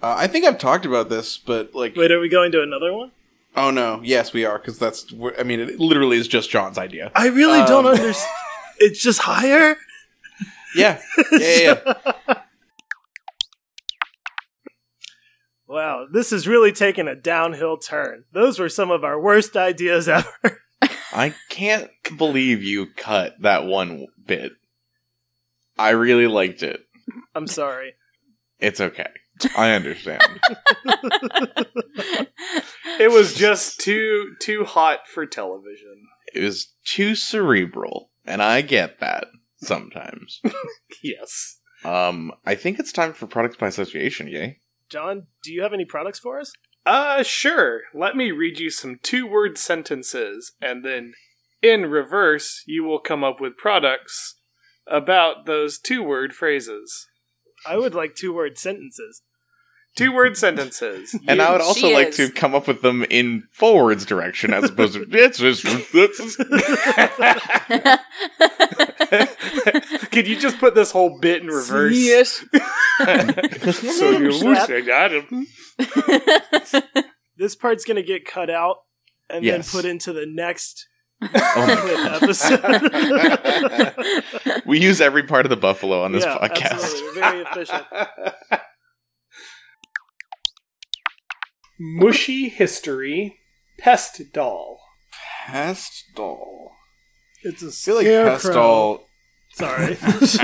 Speaker 5: uh, I think I've talked about this, but like,
Speaker 2: Wait, are we going to another one?
Speaker 5: oh no, yes, we are because that's. I mean, it literally is just John's idea.
Speaker 2: I really don't
Speaker 5: Um.
Speaker 2: understand. It's just higher.
Speaker 5: Yeah, yeah, yeah. yeah.
Speaker 2: Wow, this is really taking a downhill turn. Those were some of our worst ideas ever.
Speaker 5: I can't believe you cut that one bit. I really liked it.
Speaker 2: I'm sorry.
Speaker 5: It's okay. I understand.
Speaker 3: It was just too too hot for television.
Speaker 5: it was too cerebral, and I get that sometimes.
Speaker 3: Yes.
Speaker 5: Um, I think it's time for products by association, yay?
Speaker 2: John, do you have any products for us?
Speaker 3: Uh sure. Let me read you some two-word sentences and then in reverse you will come up with products about those two-word phrases.
Speaker 2: I would like two word sentences.
Speaker 3: Two-word sentences.
Speaker 5: And I would also
Speaker 4: she
Speaker 5: like
Speaker 4: is.
Speaker 5: to come up with them in forwards direction as opposed to it's just it's-
Speaker 3: Could you just put this whole bit in reverse? so you're losing Adam.
Speaker 2: This part's gonna get cut out and
Speaker 5: Yes.
Speaker 2: then put into the next
Speaker 5: Oh my
Speaker 2: clip episode.
Speaker 5: God. we use every part of the buffalo on this
Speaker 2: yeah,
Speaker 5: podcast.
Speaker 2: absolutely. We're very efficient.
Speaker 3: Mushy history, pest doll.
Speaker 5: Pest doll.
Speaker 2: It's a
Speaker 5: I feel like pest doll.
Speaker 2: Sorry,
Speaker 4: it's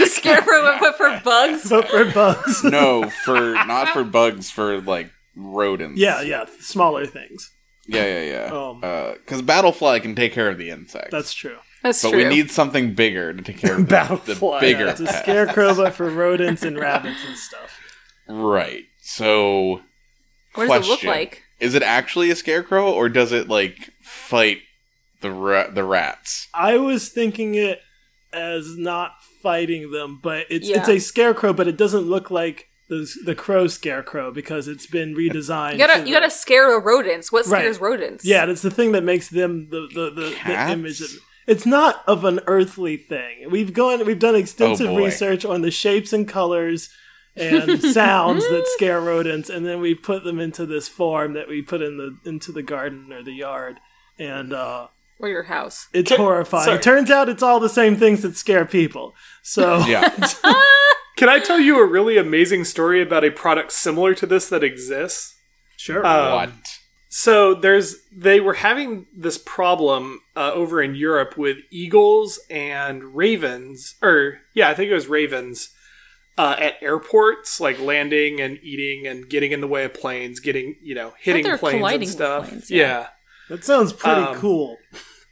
Speaker 4: a scarecrow I put for bugs.
Speaker 2: but for bugs.
Speaker 5: No, for not for bugs, for like rodents.
Speaker 2: Yeah, yeah, smaller things.
Speaker 5: yeah, yeah, yeah.
Speaker 2: Um,
Speaker 5: Because Battlefly can take care of the insects.
Speaker 2: that's true.
Speaker 4: That's
Speaker 5: But
Speaker 4: true.
Speaker 5: we need something bigger to take care of the, the
Speaker 3: Battlefly.
Speaker 5: bigger
Speaker 2: Yeah, it's a
Speaker 5: pest.
Speaker 2: scarecrow, but for rodents and rabbits and stuff.
Speaker 5: Right. So,
Speaker 4: what does it look
Speaker 5: question.
Speaker 4: like?
Speaker 5: is it actually a scarecrow, or does it like fight the ra- the rats?
Speaker 2: I was thinking it as not fighting them, but it's
Speaker 4: Yeah.
Speaker 2: it's a scarecrow, but it doesn't look like the the crow scarecrow because it's been redesigned.
Speaker 4: You
Speaker 2: for
Speaker 4: gotta you
Speaker 2: the-
Speaker 4: gotta scare rodents. What
Speaker 2: Right.
Speaker 4: scares rodents?
Speaker 2: Yeah, it's the thing that makes them the the, the, the
Speaker 5: Cats?
Speaker 2: image. Of, it's not of an earthly thing. We've gone, we've done extensive
Speaker 5: boy.
Speaker 2: research on the shapes and colors and sounds that scare rodents, and then we put them into this form that we put in the into the garden or the yard, and uh,
Speaker 4: Or your house.
Speaker 2: it's
Speaker 3: Can-
Speaker 2: horrifying.
Speaker 3: sorry.
Speaker 2: Turns out it's all the same things that scare people. So
Speaker 5: Yeah.
Speaker 3: Can I tell you a really amazing story about a product similar to this that exists?
Speaker 2: sure,
Speaker 3: Uh,
Speaker 5: what?
Speaker 3: So there's they were having this problem uh, over in Europe with eagles and ravens, or yeah, I think it was ravens uh, at airports, like landing and eating and getting in the way of planes, getting you know hitting
Speaker 4: they're
Speaker 3: planes
Speaker 4: colliding
Speaker 3: and
Speaker 4: with
Speaker 3: stuff.
Speaker 4: planes, yeah.
Speaker 3: yeah.
Speaker 2: that sounds pretty
Speaker 3: um,
Speaker 2: cool.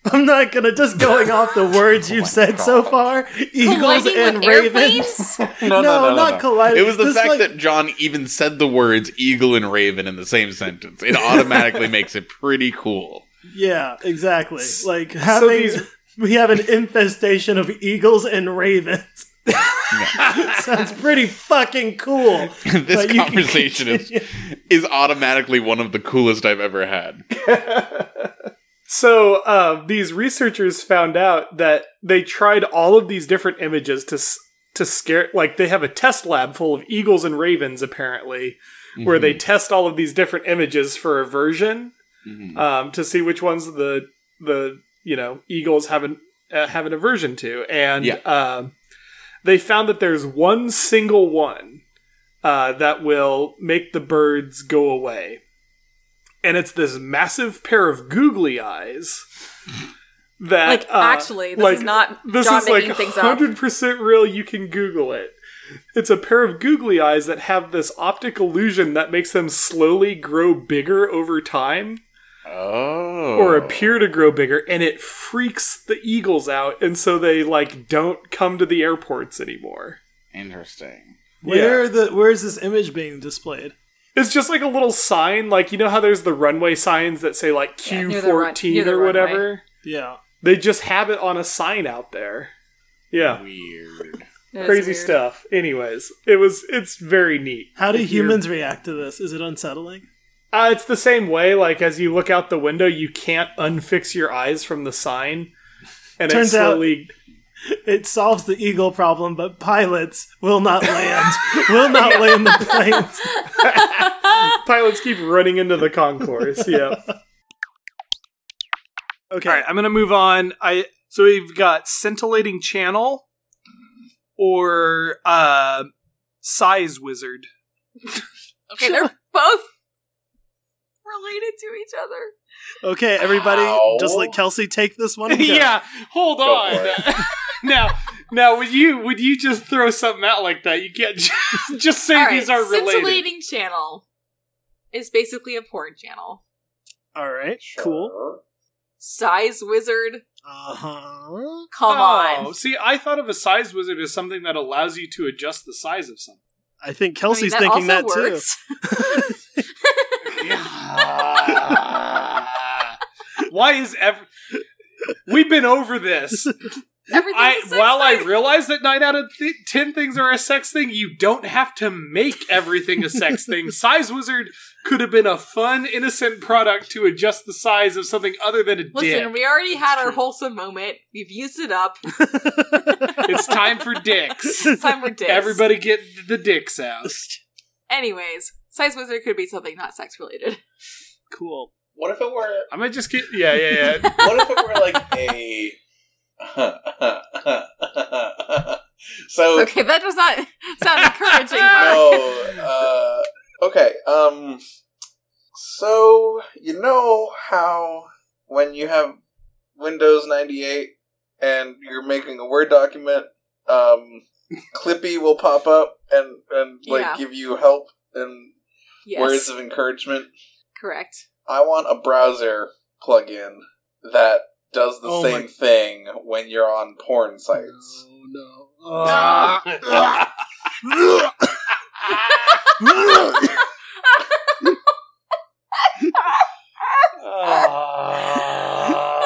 Speaker 2: I'm not gonna just going off the words you've said so far. Eagles
Speaker 7: Colliding
Speaker 2: and
Speaker 7: with
Speaker 2: ravens.
Speaker 7: airplanes?
Speaker 2: No, not colliding.
Speaker 5: It was the
Speaker 2: Just
Speaker 5: fact
Speaker 2: like-
Speaker 5: that John even said the words eagle and raven in the same sentence. It automatically makes it pretty cool.
Speaker 2: Yeah, exactly. Like having
Speaker 3: these-
Speaker 2: we have an infestation of eagles and ravens. Sounds pretty fucking cool.
Speaker 5: this
Speaker 2: But you can
Speaker 5: conversation is is automatically one of the coolest I've ever had.
Speaker 3: So uh, these researchers found out that they tried all of these different images to s- to scare. Like they have a test lab full of eagles and ravens, apparently, where they test all of these different images for aversion
Speaker 5: Mhm.
Speaker 3: um, to see which ones the the you know eagles have an uh, have an aversion to, and
Speaker 5: Yeah.
Speaker 3: um, they found that there's one single one uh, that will make the birds go away, and it's this massive pair of googly eyes. That
Speaker 4: Like,
Speaker 3: uh,
Speaker 4: actually, this
Speaker 3: like,
Speaker 4: is not
Speaker 3: this
Speaker 4: John
Speaker 3: is
Speaker 4: making
Speaker 3: like
Speaker 4: things up.
Speaker 3: hundred percent real. You can Google it. It's a pair of googly eyes that have this optic illusion that makes them slowly grow bigger over time,
Speaker 5: Oh.
Speaker 3: or appear to grow bigger, and it freaks the eagles out, and so they like don't come to the airports anymore.
Speaker 5: Interesting.
Speaker 2: Where are the where is this image being displayed?
Speaker 3: It's just like a little sign, like you know how there's the runway signs that say like
Speaker 4: Yeah,
Speaker 3: Q
Speaker 4: near the run-
Speaker 3: fourteen
Speaker 4: near the
Speaker 3: or
Speaker 4: runway.
Speaker 3: whatever.
Speaker 2: Yeah.
Speaker 3: They just have it on a sign out there. Yeah.
Speaker 5: Weird.
Speaker 4: That is
Speaker 3: crazy
Speaker 4: weird.
Speaker 3: stuff. Anyways, it was it's very neat.
Speaker 2: How do
Speaker 3: If you're-
Speaker 2: humans react to this? Is it unsettling?
Speaker 3: Uh, it's the same way. Like as you look out the window, you can't unfix your eyes from the sign, and it
Speaker 2: Turns out-
Speaker 3: slowly.
Speaker 2: It solves the eagle problem, but pilots will not land. will not land the planes.
Speaker 3: Pilots keep running into the concourse. yeah.
Speaker 2: Okay.
Speaker 3: All right, I'm gonna move on. I so we've got scintillating channel, or uh, size wizard.
Speaker 4: Okay, they're both related to each other.
Speaker 2: Okay, everybody,
Speaker 1: Ow.
Speaker 2: just let Kelsey take this one. and go.
Speaker 3: yeah, hold
Speaker 1: Go
Speaker 3: on.
Speaker 1: for
Speaker 3: now, now, would you would you just throw something out like that? You can't just, just say
Speaker 4: All right,
Speaker 3: these are related.
Speaker 4: Scintillating channel is basically a porn channel.
Speaker 2: All right.
Speaker 1: Sure.
Speaker 2: Cool.
Speaker 4: Size wizard,
Speaker 2: Uh huh.
Speaker 4: come
Speaker 3: oh,
Speaker 4: on.
Speaker 3: see, I thought of a size wizard as something that allows you to adjust the size of something.
Speaker 2: I think Kelsey's
Speaker 4: I
Speaker 2: thinking
Speaker 4: mean,
Speaker 2: that
Speaker 4: also
Speaker 2: too.
Speaker 4: works.
Speaker 3: Why is every? We've been over this.
Speaker 4: Everything's
Speaker 3: I
Speaker 4: a sex
Speaker 3: while I
Speaker 4: thing.
Speaker 3: realize that nine out of th- ten things are a sex thing, you don't have to make everything a sex thing. Size Wizard could have been a fun, innocent product to adjust the size of something other than a
Speaker 4: Listen,
Speaker 3: dick.
Speaker 4: we already had our
Speaker 3: True.
Speaker 4: wholesome moment. We've used it up.
Speaker 3: it's time for dicks.
Speaker 4: It's time for dicks.
Speaker 3: Everybody get the dicks out.
Speaker 4: Anyways, size wizard could be something not sex related.
Speaker 2: Cool.
Speaker 1: What if it were
Speaker 3: I'm gonna just get yeah, yeah, yeah.
Speaker 1: what if it were like a so
Speaker 4: Okay, that does not sound encouraging. Mark.
Speaker 1: no uh, okay um so you know how when you have windows 98 and you're making a word document um clippy will pop up and and like
Speaker 4: Yeah.
Speaker 1: give you help and
Speaker 4: Yes,
Speaker 1: words of encouragement
Speaker 4: correct.
Speaker 1: I want a browser plugin that does the
Speaker 2: Oh my-
Speaker 1: same thing when you're on porn sites.
Speaker 3: Oh,
Speaker 2: no.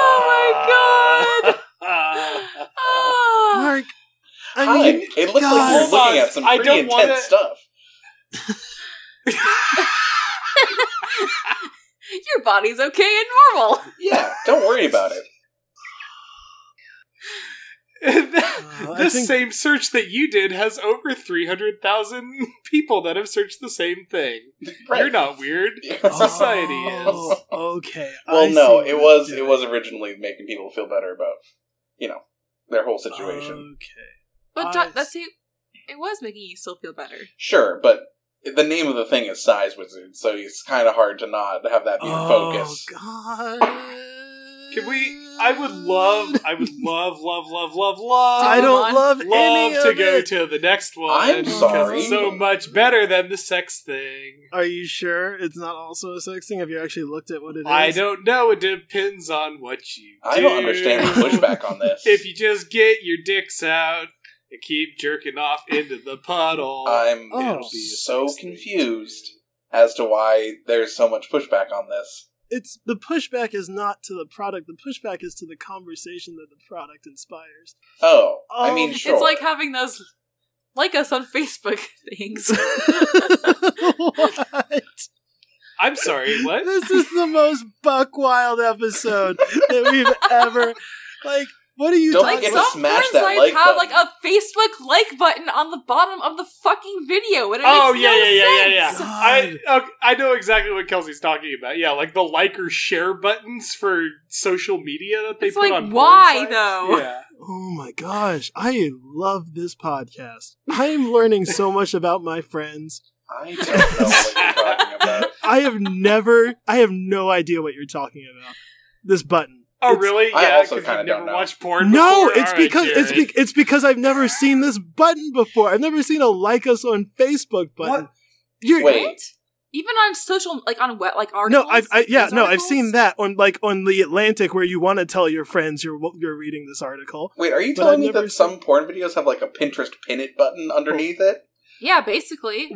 Speaker 4: Oh my god! Oh.
Speaker 3: Ah.
Speaker 4: Ah,
Speaker 2: Mark, I
Speaker 1: Hi,
Speaker 2: mean,
Speaker 1: it looks
Speaker 2: God.
Speaker 1: like you're
Speaker 3: Hold on,
Speaker 1: looking at some
Speaker 3: I
Speaker 1: pretty
Speaker 3: don't
Speaker 1: intense
Speaker 3: wanna-
Speaker 1: stuff.
Speaker 4: Your body's okay and normal.
Speaker 1: Yeah, don't worry about it.
Speaker 2: Uh, I
Speaker 3: this
Speaker 2: think-
Speaker 3: same search that you did has over 300,000 people that have searched the same thing. You're
Speaker 1: Right.
Speaker 3: not weird.
Speaker 2: oh,
Speaker 3: society is.
Speaker 2: Okay.
Speaker 1: well,
Speaker 2: I see
Speaker 1: no,
Speaker 2: what
Speaker 1: it was
Speaker 2: you're
Speaker 1: it was originally making people feel better about you know their whole
Speaker 2: doing.
Speaker 1: situation.
Speaker 2: Okay.
Speaker 4: But
Speaker 2: I
Speaker 4: John, that's it. It was making you still feel better.
Speaker 1: Sure, but the name of the thing is Size Wizard, so it's kind of hard to not have that be the
Speaker 2: Oh,
Speaker 1: focus.
Speaker 2: God.
Speaker 3: Can we? I would love, I would love, love, love, love, love.
Speaker 2: I don't love,
Speaker 3: love
Speaker 2: any
Speaker 3: to
Speaker 2: of
Speaker 3: go
Speaker 2: it.
Speaker 3: to the next one.
Speaker 1: I'm
Speaker 3: because
Speaker 1: sorry.
Speaker 3: it's so much better than the sex thing.
Speaker 2: Are you sure it's not also a sex thing? Have you actually looked at what it is?
Speaker 3: I don't know. It depends on what you.
Speaker 1: I
Speaker 3: do.
Speaker 1: don't understand the pushback on this.
Speaker 3: If you just get your dicks out and keep jerking off into the puddle,
Speaker 1: I'm
Speaker 2: Oh.
Speaker 1: so confused as to why there's so much pushback on this.
Speaker 2: It's the pushback is not to the product. The pushback is to the conversation that the product inspires.
Speaker 1: Oh, I
Speaker 2: Um,
Speaker 1: mean,
Speaker 2: it's
Speaker 1: sure.
Speaker 4: It's like having those like us on Facebook things.
Speaker 2: what?
Speaker 3: I'm sorry. What?
Speaker 2: This is the most buck wild episode that we've ever like. What are you
Speaker 1: Don't
Speaker 4: like
Speaker 2: talking
Speaker 1: forget
Speaker 4: some
Speaker 1: to
Speaker 2: about?
Speaker 1: smash
Speaker 4: porn
Speaker 1: that
Speaker 4: sites
Speaker 1: like
Speaker 4: have
Speaker 1: button.
Speaker 4: like a Facebook like button on the bottom of the fucking video, and it
Speaker 3: Oh
Speaker 4: makes
Speaker 3: yeah,
Speaker 4: no
Speaker 3: yeah, yeah, yeah, yeah,
Speaker 4: sense.
Speaker 2: God.
Speaker 3: I okay, I know exactly what Kelsey's talking about. Yeah, like the like or share buttons for social media that they
Speaker 4: It's
Speaker 3: put
Speaker 4: like,
Speaker 3: on. porn
Speaker 4: why,
Speaker 3: sites.
Speaker 4: though?
Speaker 3: Yeah.
Speaker 2: Oh my gosh, I love this podcast. I am learning so much about my friends.
Speaker 1: I don't know what you're talking about.
Speaker 2: I have never, I have no idea what you're talking about. This button.
Speaker 3: Oh
Speaker 2: It's-
Speaker 3: really?
Speaker 1: I
Speaker 3: Yeah,
Speaker 1: also
Speaker 3: because
Speaker 1: kinda
Speaker 3: you've never
Speaker 1: don't know.
Speaker 3: watched porn.
Speaker 2: No,
Speaker 3: before?
Speaker 2: it's
Speaker 3: All right,
Speaker 2: because it's
Speaker 3: Jared.
Speaker 2: be, it's because I've never seen this button before. I've never seen a like us on Facebook button.
Speaker 3: What?
Speaker 2: You're,
Speaker 1: Wait,
Speaker 4: Even on social, like on wet, like articles.
Speaker 2: No, I've I, yeah,
Speaker 4: news
Speaker 2: no, I've
Speaker 4: articles?
Speaker 2: seen that on like on the Atlantic where you want to tell your friends you're you're reading this article.
Speaker 1: wait, are you
Speaker 2: But I've
Speaker 1: telling me
Speaker 2: never
Speaker 1: that some porn videos have like a Pinterest pin it button underneath it?
Speaker 4: Yeah, basically.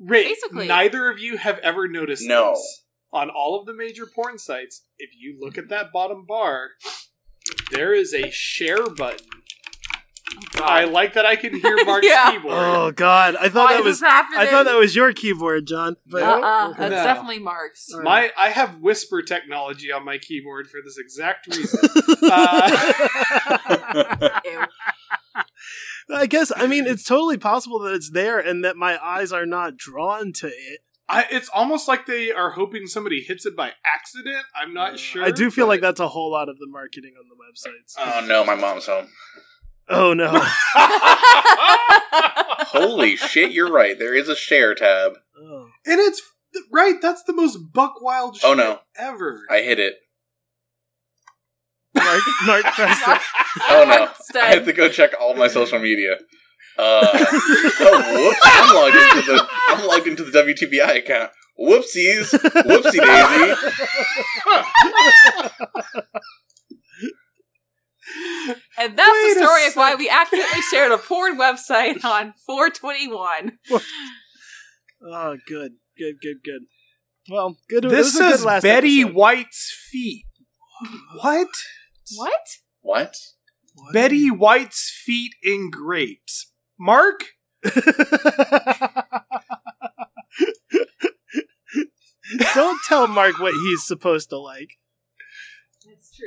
Speaker 3: Rick,
Speaker 4: basically-
Speaker 3: Neither of you have ever noticed.
Speaker 1: No.
Speaker 3: this. On all of the major porn sites, if you look at that bottom bar, there is a share button. I like that I can hear Mark's
Speaker 4: Oh, Yeah.
Speaker 3: keyboard.
Speaker 2: Oh God, I thought
Speaker 4: Why
Speaker 2: that
Speaker 4: is
Speaker 2: was
Speaker 4: this happening?
Speaker 2: I thought that was your keyboard, John. But
Speaker 4: Uh uh that's
Speaker 3: No.
Speaker 4: definitely Mark's.
Speaker 3: My I have whisper technology on my keyboard for this exact reason. Uh,
Speaker 4: Ew.
Speaker 2: I guess I mean it's totally possible that it's there and that my eyes are not drawn to it.
Speaker 3: I, it's almost like they are hoping somebody hits it by accident. I'm not sure.
Speaker 2: I do feel
Speaker 3: but-
Speaker 2: like that's a whole lot of the marketing on the websites.
Speaker 1: Oh no, my mom's home.
Speaker 2: oh no.
Speaker 1: Oh, Holy shit, you're right. There is a share tab.
Speaker 2: Oh.
Speaker 3: and it's right. That's the most buck wild shit
Speaker 1: Oh no,
Speaker 3: ever.
Speaker 1: I hit it.
Speaker 2: Mark, Mark pressed it.
Speaker 1: Oh no,
Speaker 4: Mark's
Speaker 1: I have
Speaker 4: dead.
Speaker 1: to go check all my social media. Uh, oh whoops! I'm logged into the I'm logged into the WTBI account. Whoopsies! Whoopsie daisy!
Speaker 4: And that's
Speaker 3: Wait
Speaker 4: the
Speaker 3: a
Speaker 4: story of why
Speaker 3: sec.
Speaker 4: we accidentally shared a porn website on 421.
Speaker 2: Oh, good, good, good, good. Well, good. it
Speaker 3: this
Speaker 2: was a good
Speaker 3: is
Speaker 2: last
Speaker 3: Betty
Speaker 2: episode.
Speaker 3: White's feet. What?
Speaker 4: What?
Speaker 1: What?
Speaker 3: Betty White's feet in grapes. Mark,
Speaker 2: Don't tell Mark what he's supposed to like.
Speaker 4: That's true.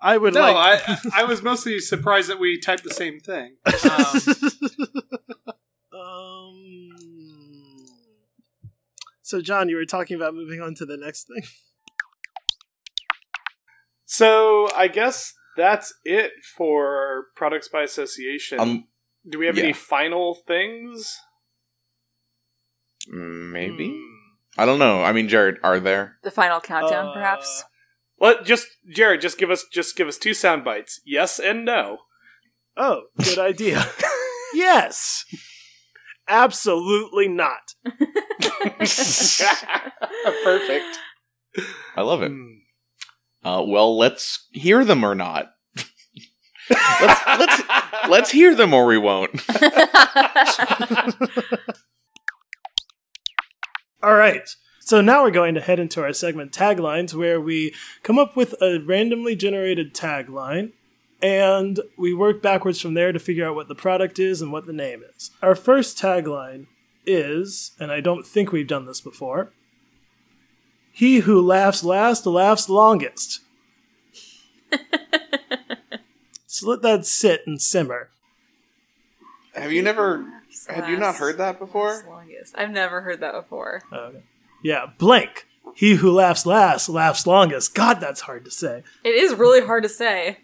Speaker 2: I would
Speaker 3: no,
Speaker 2: like.
Speaker 3: I I was mostly surprised that we typed the same thing. Um,
Speaker 2: um, so, John, you were talking about moving on to the next thing.
Speaker 3: So I guess that's it for products by association.
Speaker 5: Um,
Speaker 3: Do we have
Speaker 5: yeah.
Speaker 3: any final things?
Speaker 5: maybe. I don't know. I mean, Jared, are there?
Speaker 4: The final countdown,
Speaker 3: Uh,
Speaker 4: perhaps?
Speaker 3: Let just Jared, just give us just give us two sound bites. Yes and no.
Speaker 2: Oh, good idea. yes. Absolutely not.
Speaker 3: Perfect.
Speaker 5: I love
Speaker 2: Mm.
Speaker 5: it.
Speaker 3: Hmm.
Speaker 5: Uh, well, let's hear them or not. let's let's let's hear them or we won't.
Speaker 2: All right. So now we're going to head into our segment taglines where we come up with a randomly generated tagline and we work backwards from there to figure out what the product is and what the name is. Our first tagline is, and I don't think we've done this before He who laughs last laughs longest. so let that sit and simmer.
Speaker 5: Have you never? Had you not heard that
Speaker 4: Last
Speaker 5: before?
Speaker 4: longest. I've never heard that before.
Speaker 2: Okay. Yeah, blank. He who laughs last laughs longest. God, that's hard to say.
Speaker 4: It is really hard to say.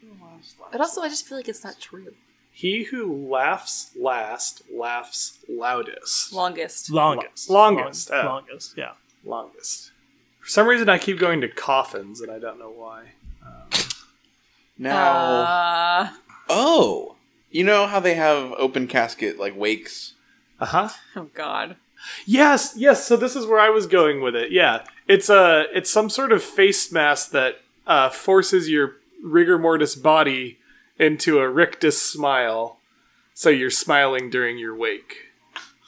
Speaker 4: But also, I just feel like it's not true.
Speaker 3: He who laughs last laughs loudest.
Speaker 4: Longest.
Speaker 2: Longest.
Speaker 3: Longest,
Speaker 2: Long-
Speaker 3: oh.
Speaker 2: Longest, yeah.
Speaker 3: Longest. For some reason, I keep going to coffins, and I don't know why.
Speaker 5: Now,
Speaker 4: Uh,
Speaker 5: oh, you know how they have open casket like wakes?
Speaker 3: Uh
Speaker 2: Uh-huh.
Speaker 3: huh.
Speaker 4: oh God.
Speaker 3: Yes, yes. So this is where I was going with it. Yeah, it's a it's some sort of face mask that uh, forces your rigor mortis body into a rictus smile, so you're smiling during your wake.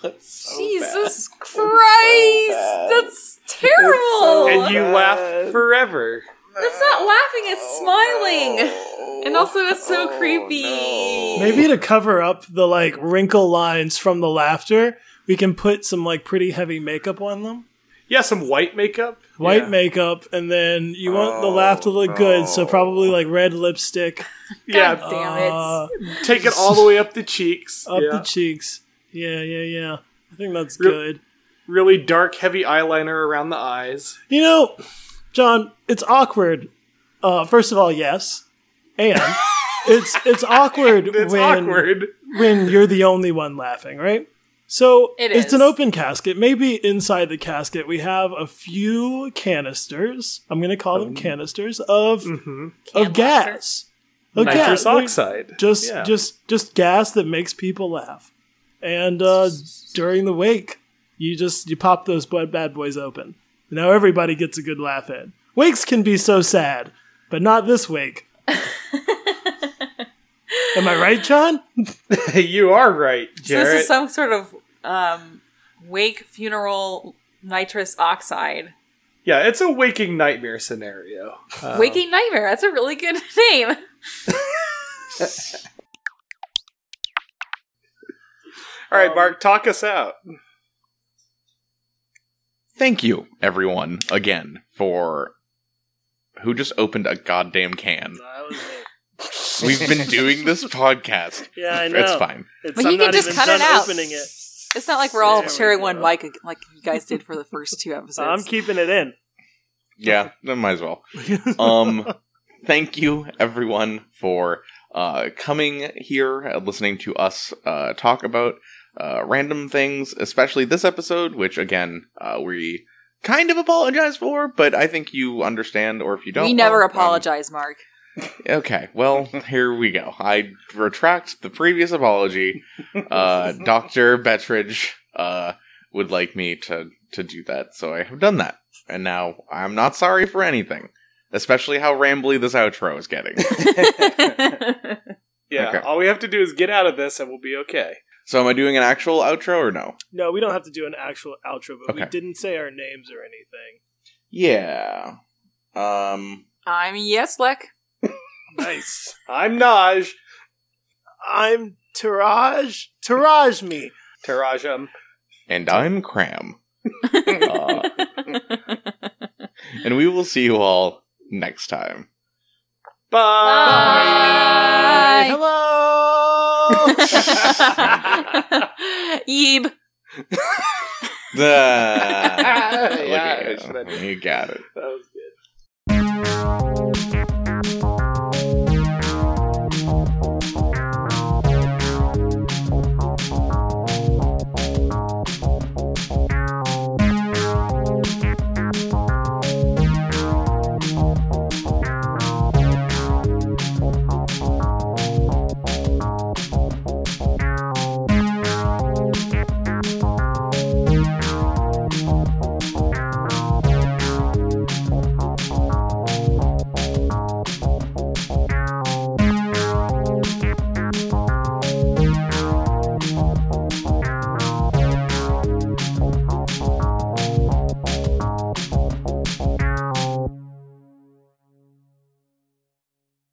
Speaker 5: That's so
Speaker 4: Jesus Christ,
Speaker 5: bad.
Speaker 4: that's terrible.
Speaker 3: and you laugh forever.
Speaker 4: That's not laughing; it's smiling. And also, it's so creepy.
Speaker 2: Maybe to cover up the like wrinkle lines from the laughter, we can put some like pretty heavy makeup on them.
Speaker 3: Yeah, some white makeup.
Speaker 2: White
Speaker 3: yeah.
Speaker 2: makeup, and then you want
Speaker 3: Oh,
Speaker 2: the laugh to look good, so probably like red lipstick
Speaker 3: Yeah,
Speaker 4: God damn it.
Speaker 2: uh,
Speaker 3: take it all the way up the cheeks.
Speaker 2: up
Speaker 3: yeah.
Speaker 2: the cheeks. Yeah, yeah, yeah. I think that's
Speaker 3: Re-
Speaker 2: good.
Speaker 3: really dark, heavy eyeliner around the eyes.
Speaker 2: You know, John, it's awkward. Uh, first of all, yes, and it's it's awkward
Speaker 3: It's
Speaker 2: when
Speaker 3: awkward.
Speaker 2: when you're the only one laughing, right? So
Speaker 4: It
Speaker 2: it's
Speaker 4: is.
Speaker 2: an open casket. Maybe inside the casket we have a few canisters. I'm going to call
Speaker 3: Um,
Speaker 2: them canisters of
Speaker 3: Mm-hmm.
Speaker 2: of
Speaker 4: Can-blaster.
Speaker 2: gas, of
Speaker 3: Nitrous
Speaker 2: gas, like,
Speaker 3: oxide.
Speaker 2: just
Speaker 3: Yeah.
Speaker 2: just just gas that makes people laugh. And uh, during the wake, you just you pop those bad bad boys open. Now everybody gets a good laugh in. Wakes can be so sad, but not this wake. Am I right, John?
Speaker 3: you are right,
Speaker 4: So
Speaker 3: Jared.
Speaker 4: this is some sort of um, wake funeral nitrous oxide.
Speaker 3: yeah, it's a waking nightmare scenario. Um,
Speaker 4: Waking Nightmare. That's a really good name.
Speaker 3: All right, Mark, talk us out.
Speaker 5: Thank you, everyone, again for who just opened a goddamn can. We've been doing this podcast.
Speaker 2: Yeah, I know.
Speaker 5: It's fine.
Speaker 2: It's,
Speaker 4: But you can just cut it out.
Speaker 2: Opening it.
Speaker 4: It's not like we're all
Speaker 2: There we
Speaker 4: sharing one
Speaker 2: go.
Speaker 4: mic like you guys did for the first two episodes.
Speaker 2: I'm keeping it in.
Speaker 5: Yeah, then might as well. Um, thank you everyone for uh, coming here, uh, listening to us uh, talk about uh, random things, especially this episode, which again uh, we kind of apologize for, but I think you understand, or if you don't,
Speaker 4: we never
Speaker 5: well, um,
Speaker 4: apologize, Mark.
Speaker 5: okay, well here we go. I retract the previous apology. Uh, Doctor Bettridge uh, would like me to to do that, so I have done that, and now I'm not sorry for anything. Especially how rambly this outro is getting.
Speaker 3: Yeah,
Speaker 5: Okay.
Speaker 3: all we have to do is get out of this and we'll be okay.
Speaker 5: So am I doing an actual outro or no?
Speaker 2: No, we don't have to do an actual outro, but we
Speaker 5: Okay.
Speaker 2: didn't say our names or anything.
Speaker 5: Yeah. Um
Speaker 4: I'm Yeslek.
Speaker 3: Nice. I'm Naj.
Speaker 2: I'm Taraj. Taraj me.
Speaker 3: Tarajam.
Speaker 5: and I'm Cram. Uh, and we will see you all next time.
Speaker 4: Bye.
Speaker 2: Hello.
Speaker 4: Oh. Yeb.
Speaker 5: Ah,
Speaker 3: Yeah, I
Speaker 5: look at
Speaker 3: should have-
Speaker 5: you. you got it.
Speaker 3: Bye.